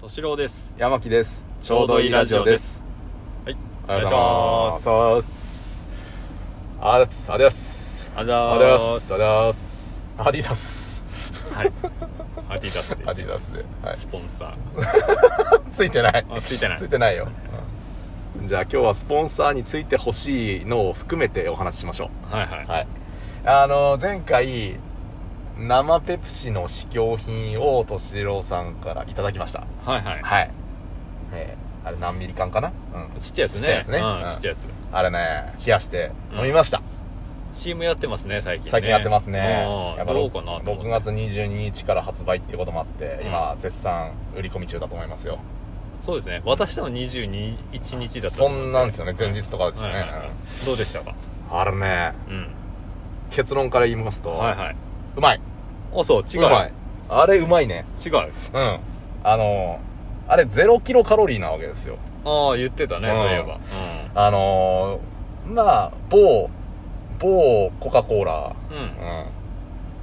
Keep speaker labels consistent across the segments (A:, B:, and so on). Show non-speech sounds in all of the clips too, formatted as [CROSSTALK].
A: 敏郎です
B: 山木です
A: ちょうどいいラジオですはいお願いします
B: お願いしますありがとうございます
A: あり
B: あ
A: がとうご
B: りがとうご
A: ざいます
B: ざいますありがとうございますアディダス
A: はいアディダスで
B: アディダスで、はい
A: ス、ポンサ
B: ついてない
A: ーあついてない
B: ついてないよ、うんじゃあ今日はスポンサーについてほしいのを含めてお話ししましょ
A: はいはいう
B: はいあの前回生ペプシの試供品を敏郎さんからいただきました
A: はいはい
B: はい、えーあれ何ミリ缶かな、うん、
A: ちっちゃいやつね
B: ちっちゃいやつね
A: うん
B: うん
A: ちっちゃいやつ
B: あれね冷やして
A: うん
B: 飲みました、
A: CM やってますね最近ね
B: 最近やってますね
A: うん
B: やっぱ
A: どうかなと思って
B: 6月22日から発売っていうこともあって、
A: うん
B: 今絶賛売り込み中だと思いますよ
A: そうですね私でも22一日だった
B: そんなんですよね前日とかですよね
A: はいはいはいどうでしたか
B: あれね
A: うん
B: 結論から言いますと、
A: はいはいう
B: まい
A: あそう違う
B: うまいあれうまいね
A: 違う
B: うんあのーあれ0キロカロリーなわけですよ
A: ああ言ってたね
B: うん
A: そういえば
B: あのーまあ某某コカ・コーラ、
A: うんうん
B: うん、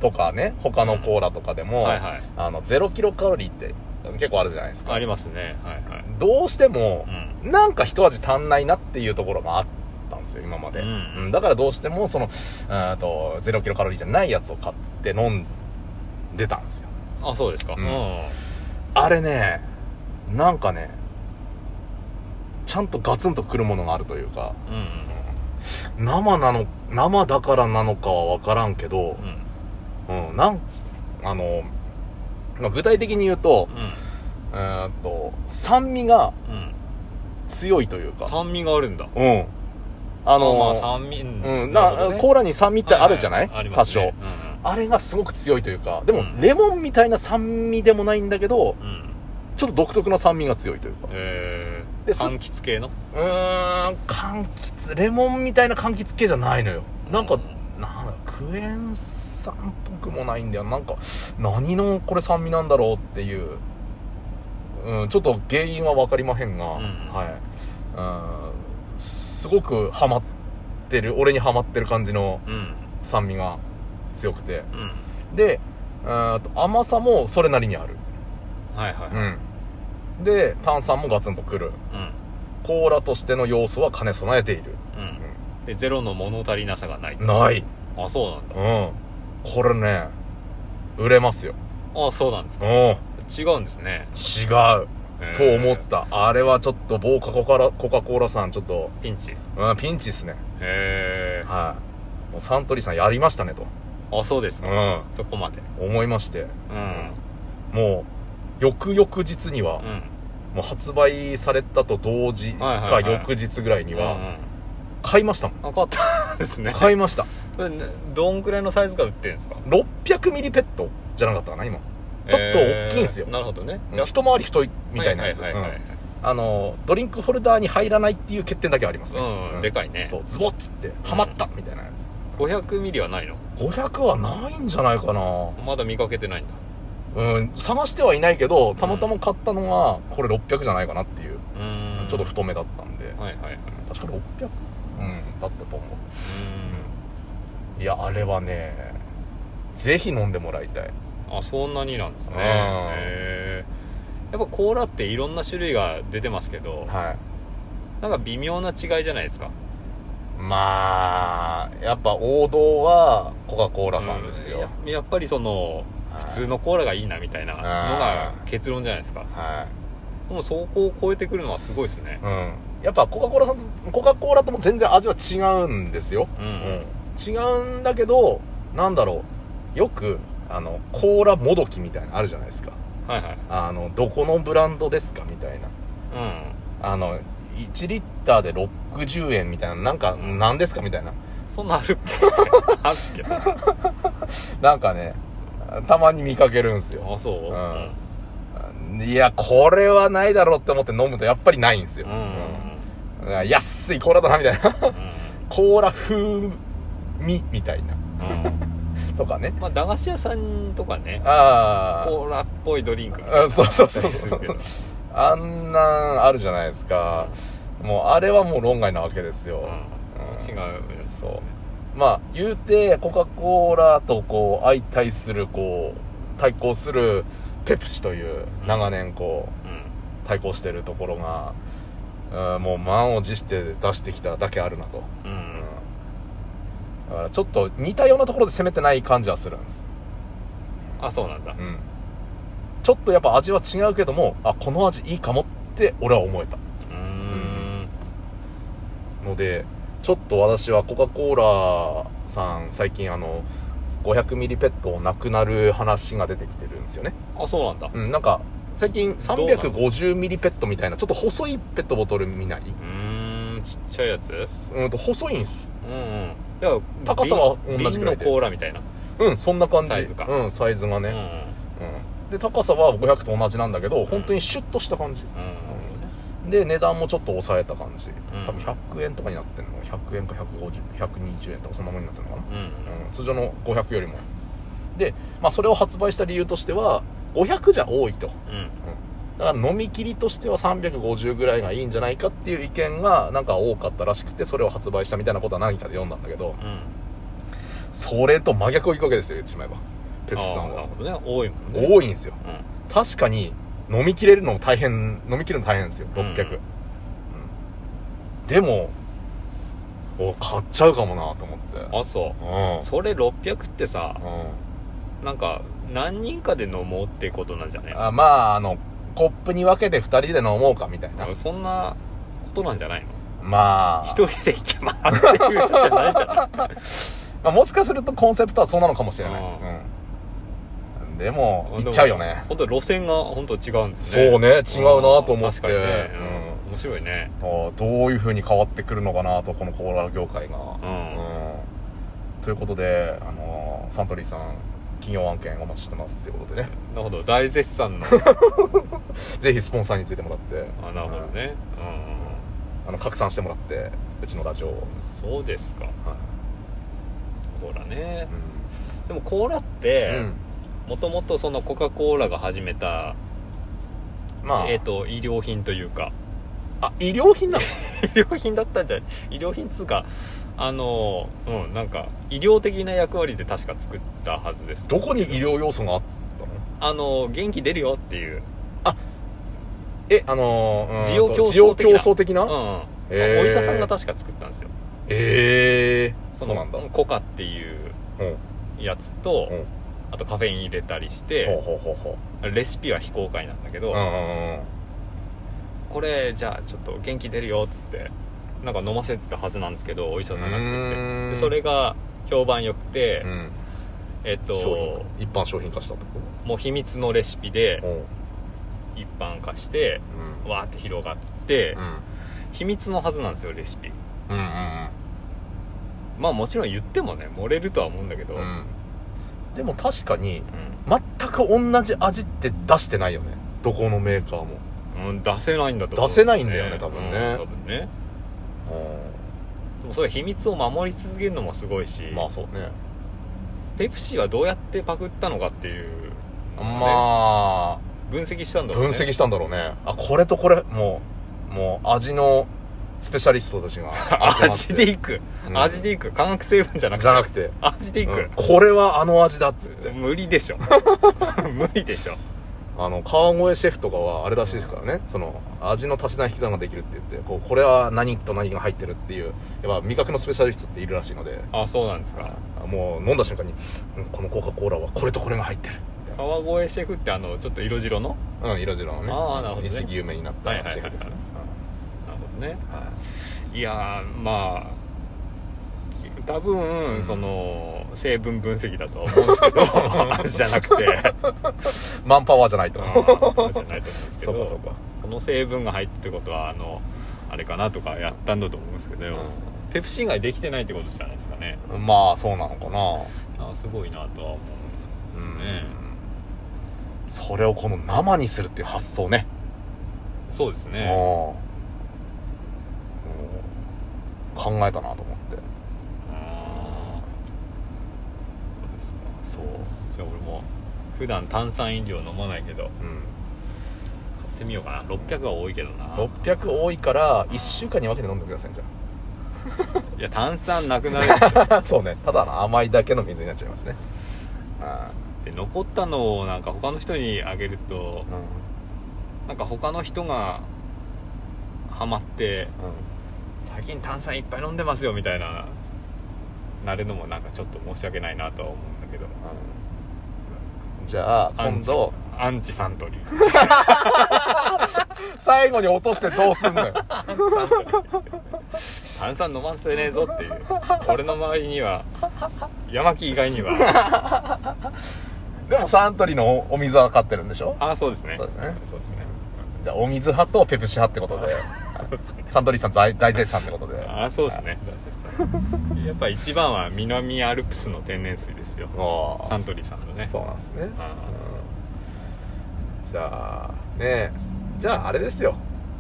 B: とかね他のコーラとかでも、
A: はいはい
B: あの0キロカロリーって結構あるじゃないですか
A: ありますねはいはい
B: どうしても
A: う、ん
B: なんか一味足んないなっていうところもあったんですよ今まで、
A: うん
B: だからどうしてもそのうーんと0キロカロリーじゃないやつを買って飲んでたんですよ
A: あそうですかう
B: うんんあれねなんかねちゃんとガツンとくるものがあるというか
A: うん
B: 生なの生だからなのかは分からんけど
A: う、ん
B: うんなんあの、まあ具体的に言うと
A: う
B: うーんと酸味が
A: んうん
B: 強いというか
A: 酸味があるんだ
B: うんあ
A: あ
B: の
A: まあ酸味う
B: うん、なコーラに酸味ってあるじゃない,、
A: ありま
B: 多
A: すね
B: 少。
A: う
B: あれがすごく強いというか、でも、
A: うん
B: レモンみたいな酸味でもないんだけど、
A: んうん
B: ちょっと独特な酸味が強いというか。
A: えー
B: です
A: 柑橘系の
B: うーん、柑橘、レモンみたいな柑橘系じゃないのよ。なんか、
A: うん
B: なんだ、クエン酸っぽくもないんだよ。なんか、何のこれ酸味なんだろうっていう。うん、ちょっと原因はわかりまへんが、
A: ん
B: はい。うん、すごくハマってる、俺にハマってる感じの
A: うん
B: 酸味が強くて。
A: うん
B: で、うーんと甘さもそれなりにある。
A: はいはい
B: うん。で、炭酸もガツンとくる。
A: うん
B: コーラとしての要素は兼ね備えている。
A: うんでゼロの物足りなさがない
B: ない。
A: あそうなんだ
B: うん。これね、売れますよ。
A: あそうなんです
B: う
A: か
B: ん。違う。
A: 違うんですね
B: と思った。あれはちょっと、某カコカラコカ・コーラさん、ちょっと、
A: ピンチへ
B: うん、ピンチっすね。
A: え
B: はい。もうサントリーさんやりましたね、と。
A: あそうです
B: う
A: か
B: ん。
A: そこまで
B: 思いまして。
A: うん
B: もう、翌々日には
A: う、ん
B: もう発売されたと同時
A: はいは
B: か
A: いはい
B: 翌日ぐらいに
A: う
B: は、
A: ん
B: 買い
A: [LAUGHS]
B: ましたもん。
A: うんあ買ったんですね
B: 買いました。
A: これねどんくらいのサイズから売ってるんですか
B: 600ミリペットじゃなかったかな、今。ちょっと大きいんすよ
A: えーなるほどね
B: うん一回り太いみたいなやつ。
A: はいはいはいは
B: う
A: い
B: んあの、ドリンクホルダーに入らないっていう欠点だけはありますね。
A: うんでかいね
B: そう、ズボッつって、はまったみたいなや
A: 500ミリはないの
B: つ。500はないんじゃないかな
A: まだ見かけてないんだ
B: うん、探してはいないけど、たまたま買ったのは、これ600じゃないかなっていう。
A: うーん
B: ちょっと太めだったんで。
A: はいはいはい
B: 確か 600? うん、だったと思う。
A: うー
B: いやあれはねぜひ飲んでもらいたい
A: んあそんなになんですね
B: うん
A: へーやっぱコーラっていろんな種類が出てますけど
B: はい
A: なんか微妙な違いじゃないですか
B: まあやっぱ王道はコカ・コーラさんですよ、
A: うんややっぱりその
B: はい
A: 普通のコーラがいいなみたいなのが結論じゃないですか
B: は
A: もうそこを超えてくるのはすごいですね
B: い、うん、やっぱコカ・コーラさんとコカ・コーラとも全然味は違うんですよ、
A: う
B: うん違うんだけどなんだろうよくあのコーラもどきみたいなのあるじゃないですか
A: はいはい
B: あのどこのブランドですかみたいな
A: うん
B: あの1リッターで60円みたいななんか何ですかみたいな
A: そんなんあるっ
B: [LAUGHS]
A: けあるっけそんな
B: なんかねたまに見かけるんすよ
A: あそうう、
B: んいや、これはないだろうって思って飲むとやっぱりないんですよ。
A: うん
B: うん安いコーラだな、みたいな。 [LAUGHS]
A: うん
B: コーラ風味みたいな。
A: う
B: [LAUGHS]
A: ん
B: とかね。
A: まあ駄菓子屋さんとかね
B: あ
A: コーラっぽいドリンクみたい
B: あ。
A: な
B: うんそうそ
A: [LAUGHS]
B: うそう
A: す
B: そ
A: るけど
B: う。あんなんあるじゃないですか。もうあれはもう論外なわけですよ。
A: うん違うよ
B: そうまあ、言うて、コカ・コーラとこう、相対する、こう、対抗する、ペプシという、長年こう、
A: うん
B: 対抗してるところが、うん、もう満を持して出してきただけあるなと、
A: う
B: うん
A: ん、
B: だからちょっと似たようなところで攻めてない感じはするんです、
A: あそうなんだ
B: うん、ちょっとやっぱ味は違うけどもあこの味いいかもって俺は思えた
A: うーん
B: のでちょっと私はコカ・コーラさん最近あの500ミリペットをなくなる話が出てきてるんですよね
A: あそうなんだ
B: うんなんか最近
A: どうなの
B: 350ミリペットみたいなちょっと細いペットボトル見ない
A: うんんちっちゃいやつ
B: うんと細いんす
A: うんうんいや
B: 高さは同じぐらい
A: 瓶
B: で
A: のコーラみたいな
B: うんそんな感じ
A: サイズか
B: うんサイズが
A: うん
B: ね、うんで高さは500と同じなんだけど本当にシュッとした感じ
A: うんうん
B: で値段もちょっと抑えた感じ
A: ん
B: 多分100円とかになってんの100円か150120円とかそんなもんになってんのかな
A: うん
B: うん通常の500よりもで、まあ、それを発売した理由としては500じゃ多いと
A: うん
B: だから飲み切りとしては350ぐらいがいいんじゃないかっていう意見がなんか多かったらしくてそれを発売したみたいなことは何かで読んだんだけど
A: うん
B: それと真逆をいくわけですよ言ってしまえばペプシさん
A: あーなる
B: は
A: ほどね多いもんね
B: 多いんですよ
A: うん
B: 確かに飲み切れるの大変飲み切るの大変ですよ600、
A: うん
B: うんでもお買っちゃうかもなと思って
A: あそうそれ600ってさ
B: うん、うん
A: なんか何人かで飲もうってことなんじゃね
B: あまああのコップに分けて2人で飲もうかみたいな
A: そんなことなんじゃないの
B: まあ
A: 一人で行けますっていうことじゃないじゃない
B: まあもしかするとコンセプトはそうなのかもしれない、
A: う
B: うん、でも [LAUGHS] 行っちゃうよね
A: 本当路線が本当違うんですね
B: そうね違うなと思って
A: 確かにね、うん面白いね
B: うんああどういう風に変わってくるのかなとこのコーラ業界が、
A: う
B: うん
A: ん
B: ということで、あのーサントリーさん企業案件お待ちしてますっていうことでね [LAUGHS]
A: なるほど大絶賛の
B: ぜひスポンサーについてもらって
A: あなるほどねうん
B: あの拡散してもらってうちのラジオを、
A: そうですか
B: はい
A: コーラね
B: う、ん
A: でもコーラってもともとそのコカ・コーラが始めた、
B: うんまあ、
A: えっ、と医療品というか
B: あ医療品なの
A: 医療品だったんじゃない医療品っつうかあのうんなんか医療的な役割で確か作ったはずです
B: どこに医療要素があったの
A: あの元気出るよっていう
B: えあのー、うん
A: 需要競争的な
B: 需要競争的な、
A: うんうん、
B: へー
A: お医者さんが確か作ったんですよ
B: ええー、
A: そ
B: そう
A: の
B: なんだ、うん、
A: コカっていう
B: ほ
A: やつと、
B: うん
A: あとカフェイン入れたりし
B: う
A: て、
B: ほうほうほ
A: レシピは非公開なんだけど、
B: ううんうんうん
A: これじゃあちょっと元気出るよっつってなんか飲ませたはずなんですけどお医者さんが作って
B: うーん
A: でそれが評判良くて、
B: うん
A: えっ
B: 商
A: と
B: 品一般商品化したってこ
A: もう秘密のレシピで
B: とうん
A: 一般化して
B: うん
A: わーって広がって、
B: うん
A: 秘密のはずなんですよレシピ
B: うんうん
A: まあもちろん言ってもね漏れるとは思うんだけど、
B: う
A: うん
B: んでも確かに
A: う
B: 全く同じ味って出してないよねどこのメーカーも
A: ん出せないんだと
B: 出せないんだよね多分ね
A: うん多分ねでもそれ秘密を守り続けるのもすごいし、
B: まあそうね
A: ペプシはどうやってパクったのかっていうのがね
B: まあ
A: 分析したんだろう
B: 分
A: ね
B: 析したんだろうねあこれとこれもうもう味のスペシャリストたちが [LAUGHS] 集まって
A: 味でいく、
B: うん
A: 味でいく化学成分じゃなくて
B: じゃなくて
A: 味でい
B: う
A: く、
B: んこれはあの味だっつって
A: 無理で
B: [LAUGHS]
A: しょ無理でしょ
B: あの川越シェフとかはあれらしいですからねその味の足し算引き算ができるって言ってこうこれは何と何が入ってるっていうやっぱ味覚のスペシャリストっているらしいので
A: あそうなんですか
B: あもう飲んだ瞬間にうんこのコカ・コーラはこれとこれが入ってる
A: 川越シェフってあのちょっと色白の
B: うん色白のね
A: あーなるほどね
B: 一時期有名になったシェフですね
A: はいなるほどね
B: うんはい
A: いやーまあ多分、
B: うん
A: その成分分析だとは思うんですけど [LAUGHS] 味じゃなくて
B: マンパワーじゃないと
A: うんじゃないと思うんですけ
B: [LAUGHS] そう
A: ど
B: かそうか
A: この成分が入ってることはあのあれかなとかやったんだと思うんですけど、ペプシンができてないってことじゃないですかね
B: まあそうなのかな
A: あすごいなとは思
B: うん、
A: ね
B: それをこの生にするっていう発想ね
A: うそうです
B: うん
A: ね
B: うん考えたなと思って
A: あーそうですか
B: そう、
A: じゃあ俺も普段炭酸飲料飲まないけど
B: うん、
A: 買ってみようかな600は多いけどな
B: 600多いから1週間に分けて飲んでくだ
A: [LAUGHS]
B: さいじ
A: いや炭酸なくなる
B: [LAUGHS]
A: でしょ
B: ゃあそうねただの甘いだけの水になっちゃいますね
A: で残ったのをなんか他の人にあげると
B: う
A: なんか他の人がハマって最近炭酸いっぱい飲んでますよみたいななるのもなんかちょっと申し訳ないなとは思うんだけど
B: じゃあ
A: アン
B: 今
A: チ
B: 度
A: アンチサントリー
B: [LAUGHS] 最後に落としてどうすん
A: [LAUGHS]
B: のよ
A: アンチサントリー炭酸飲ませねえぞっていう俺の周りに
B: [LAUGHS]
A: は山木以外には
B: でもサントリーのおお水は買ってるんでしょ
A: ああそうですね
B: そうだね
A: そうですね
B: じゃあお水派とペプシ派ってこと
A: [LAUGHS]
B: で
A: そうですね
B: サントリーさん大大絶賛ってことで
A: ああそうですね [LAUGHS] やっぱ一番は南アルプスの天然水ですよ
B: おー
A: サントリーさんのね
B: そうなんですね
A: あ
B: うんじゃあねえじゃああれですよ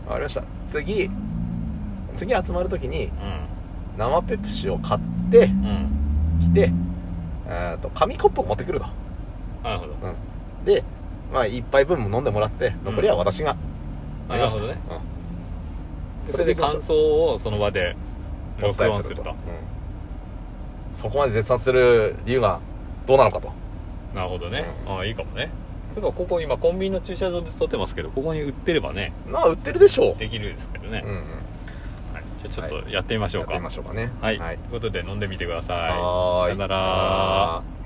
B: わかりました次次集まるときに
A: う
B: 生ペプシを買って
A: んうん
B: きてえーと紙コップを持ってくると、
A: なるほど
B: うん、でまあ1杯分も飲んでもらって残りは私が
A: あ
B: 飲み
A: な
B: ま
A: る
B: す
A: ほ
B: と、
A: どね
B: うん
A: でそれで感想をその場で
B: お
A: 録
B: 伝え
A: 音
B: す
A: す
B: る
A: ると
B: と、うんそこまで絶賛する理由がどうなのかと
A: なるほどね、ああいいかもねてかここ今コンビニの駐車場で撮ってますけどここに売ってればね
B: まあ売ってるでしょ
A: できるですけどね
B: う、う、んうん、
A: はい、じゃあちょっとやってみましょ
B: や
A: う
B: っ
A: か、
B: てみましょうかね
A: はい、
B: はい
A: ということで飲んでみてください
B: はーい
A: さよなら
B: さよなら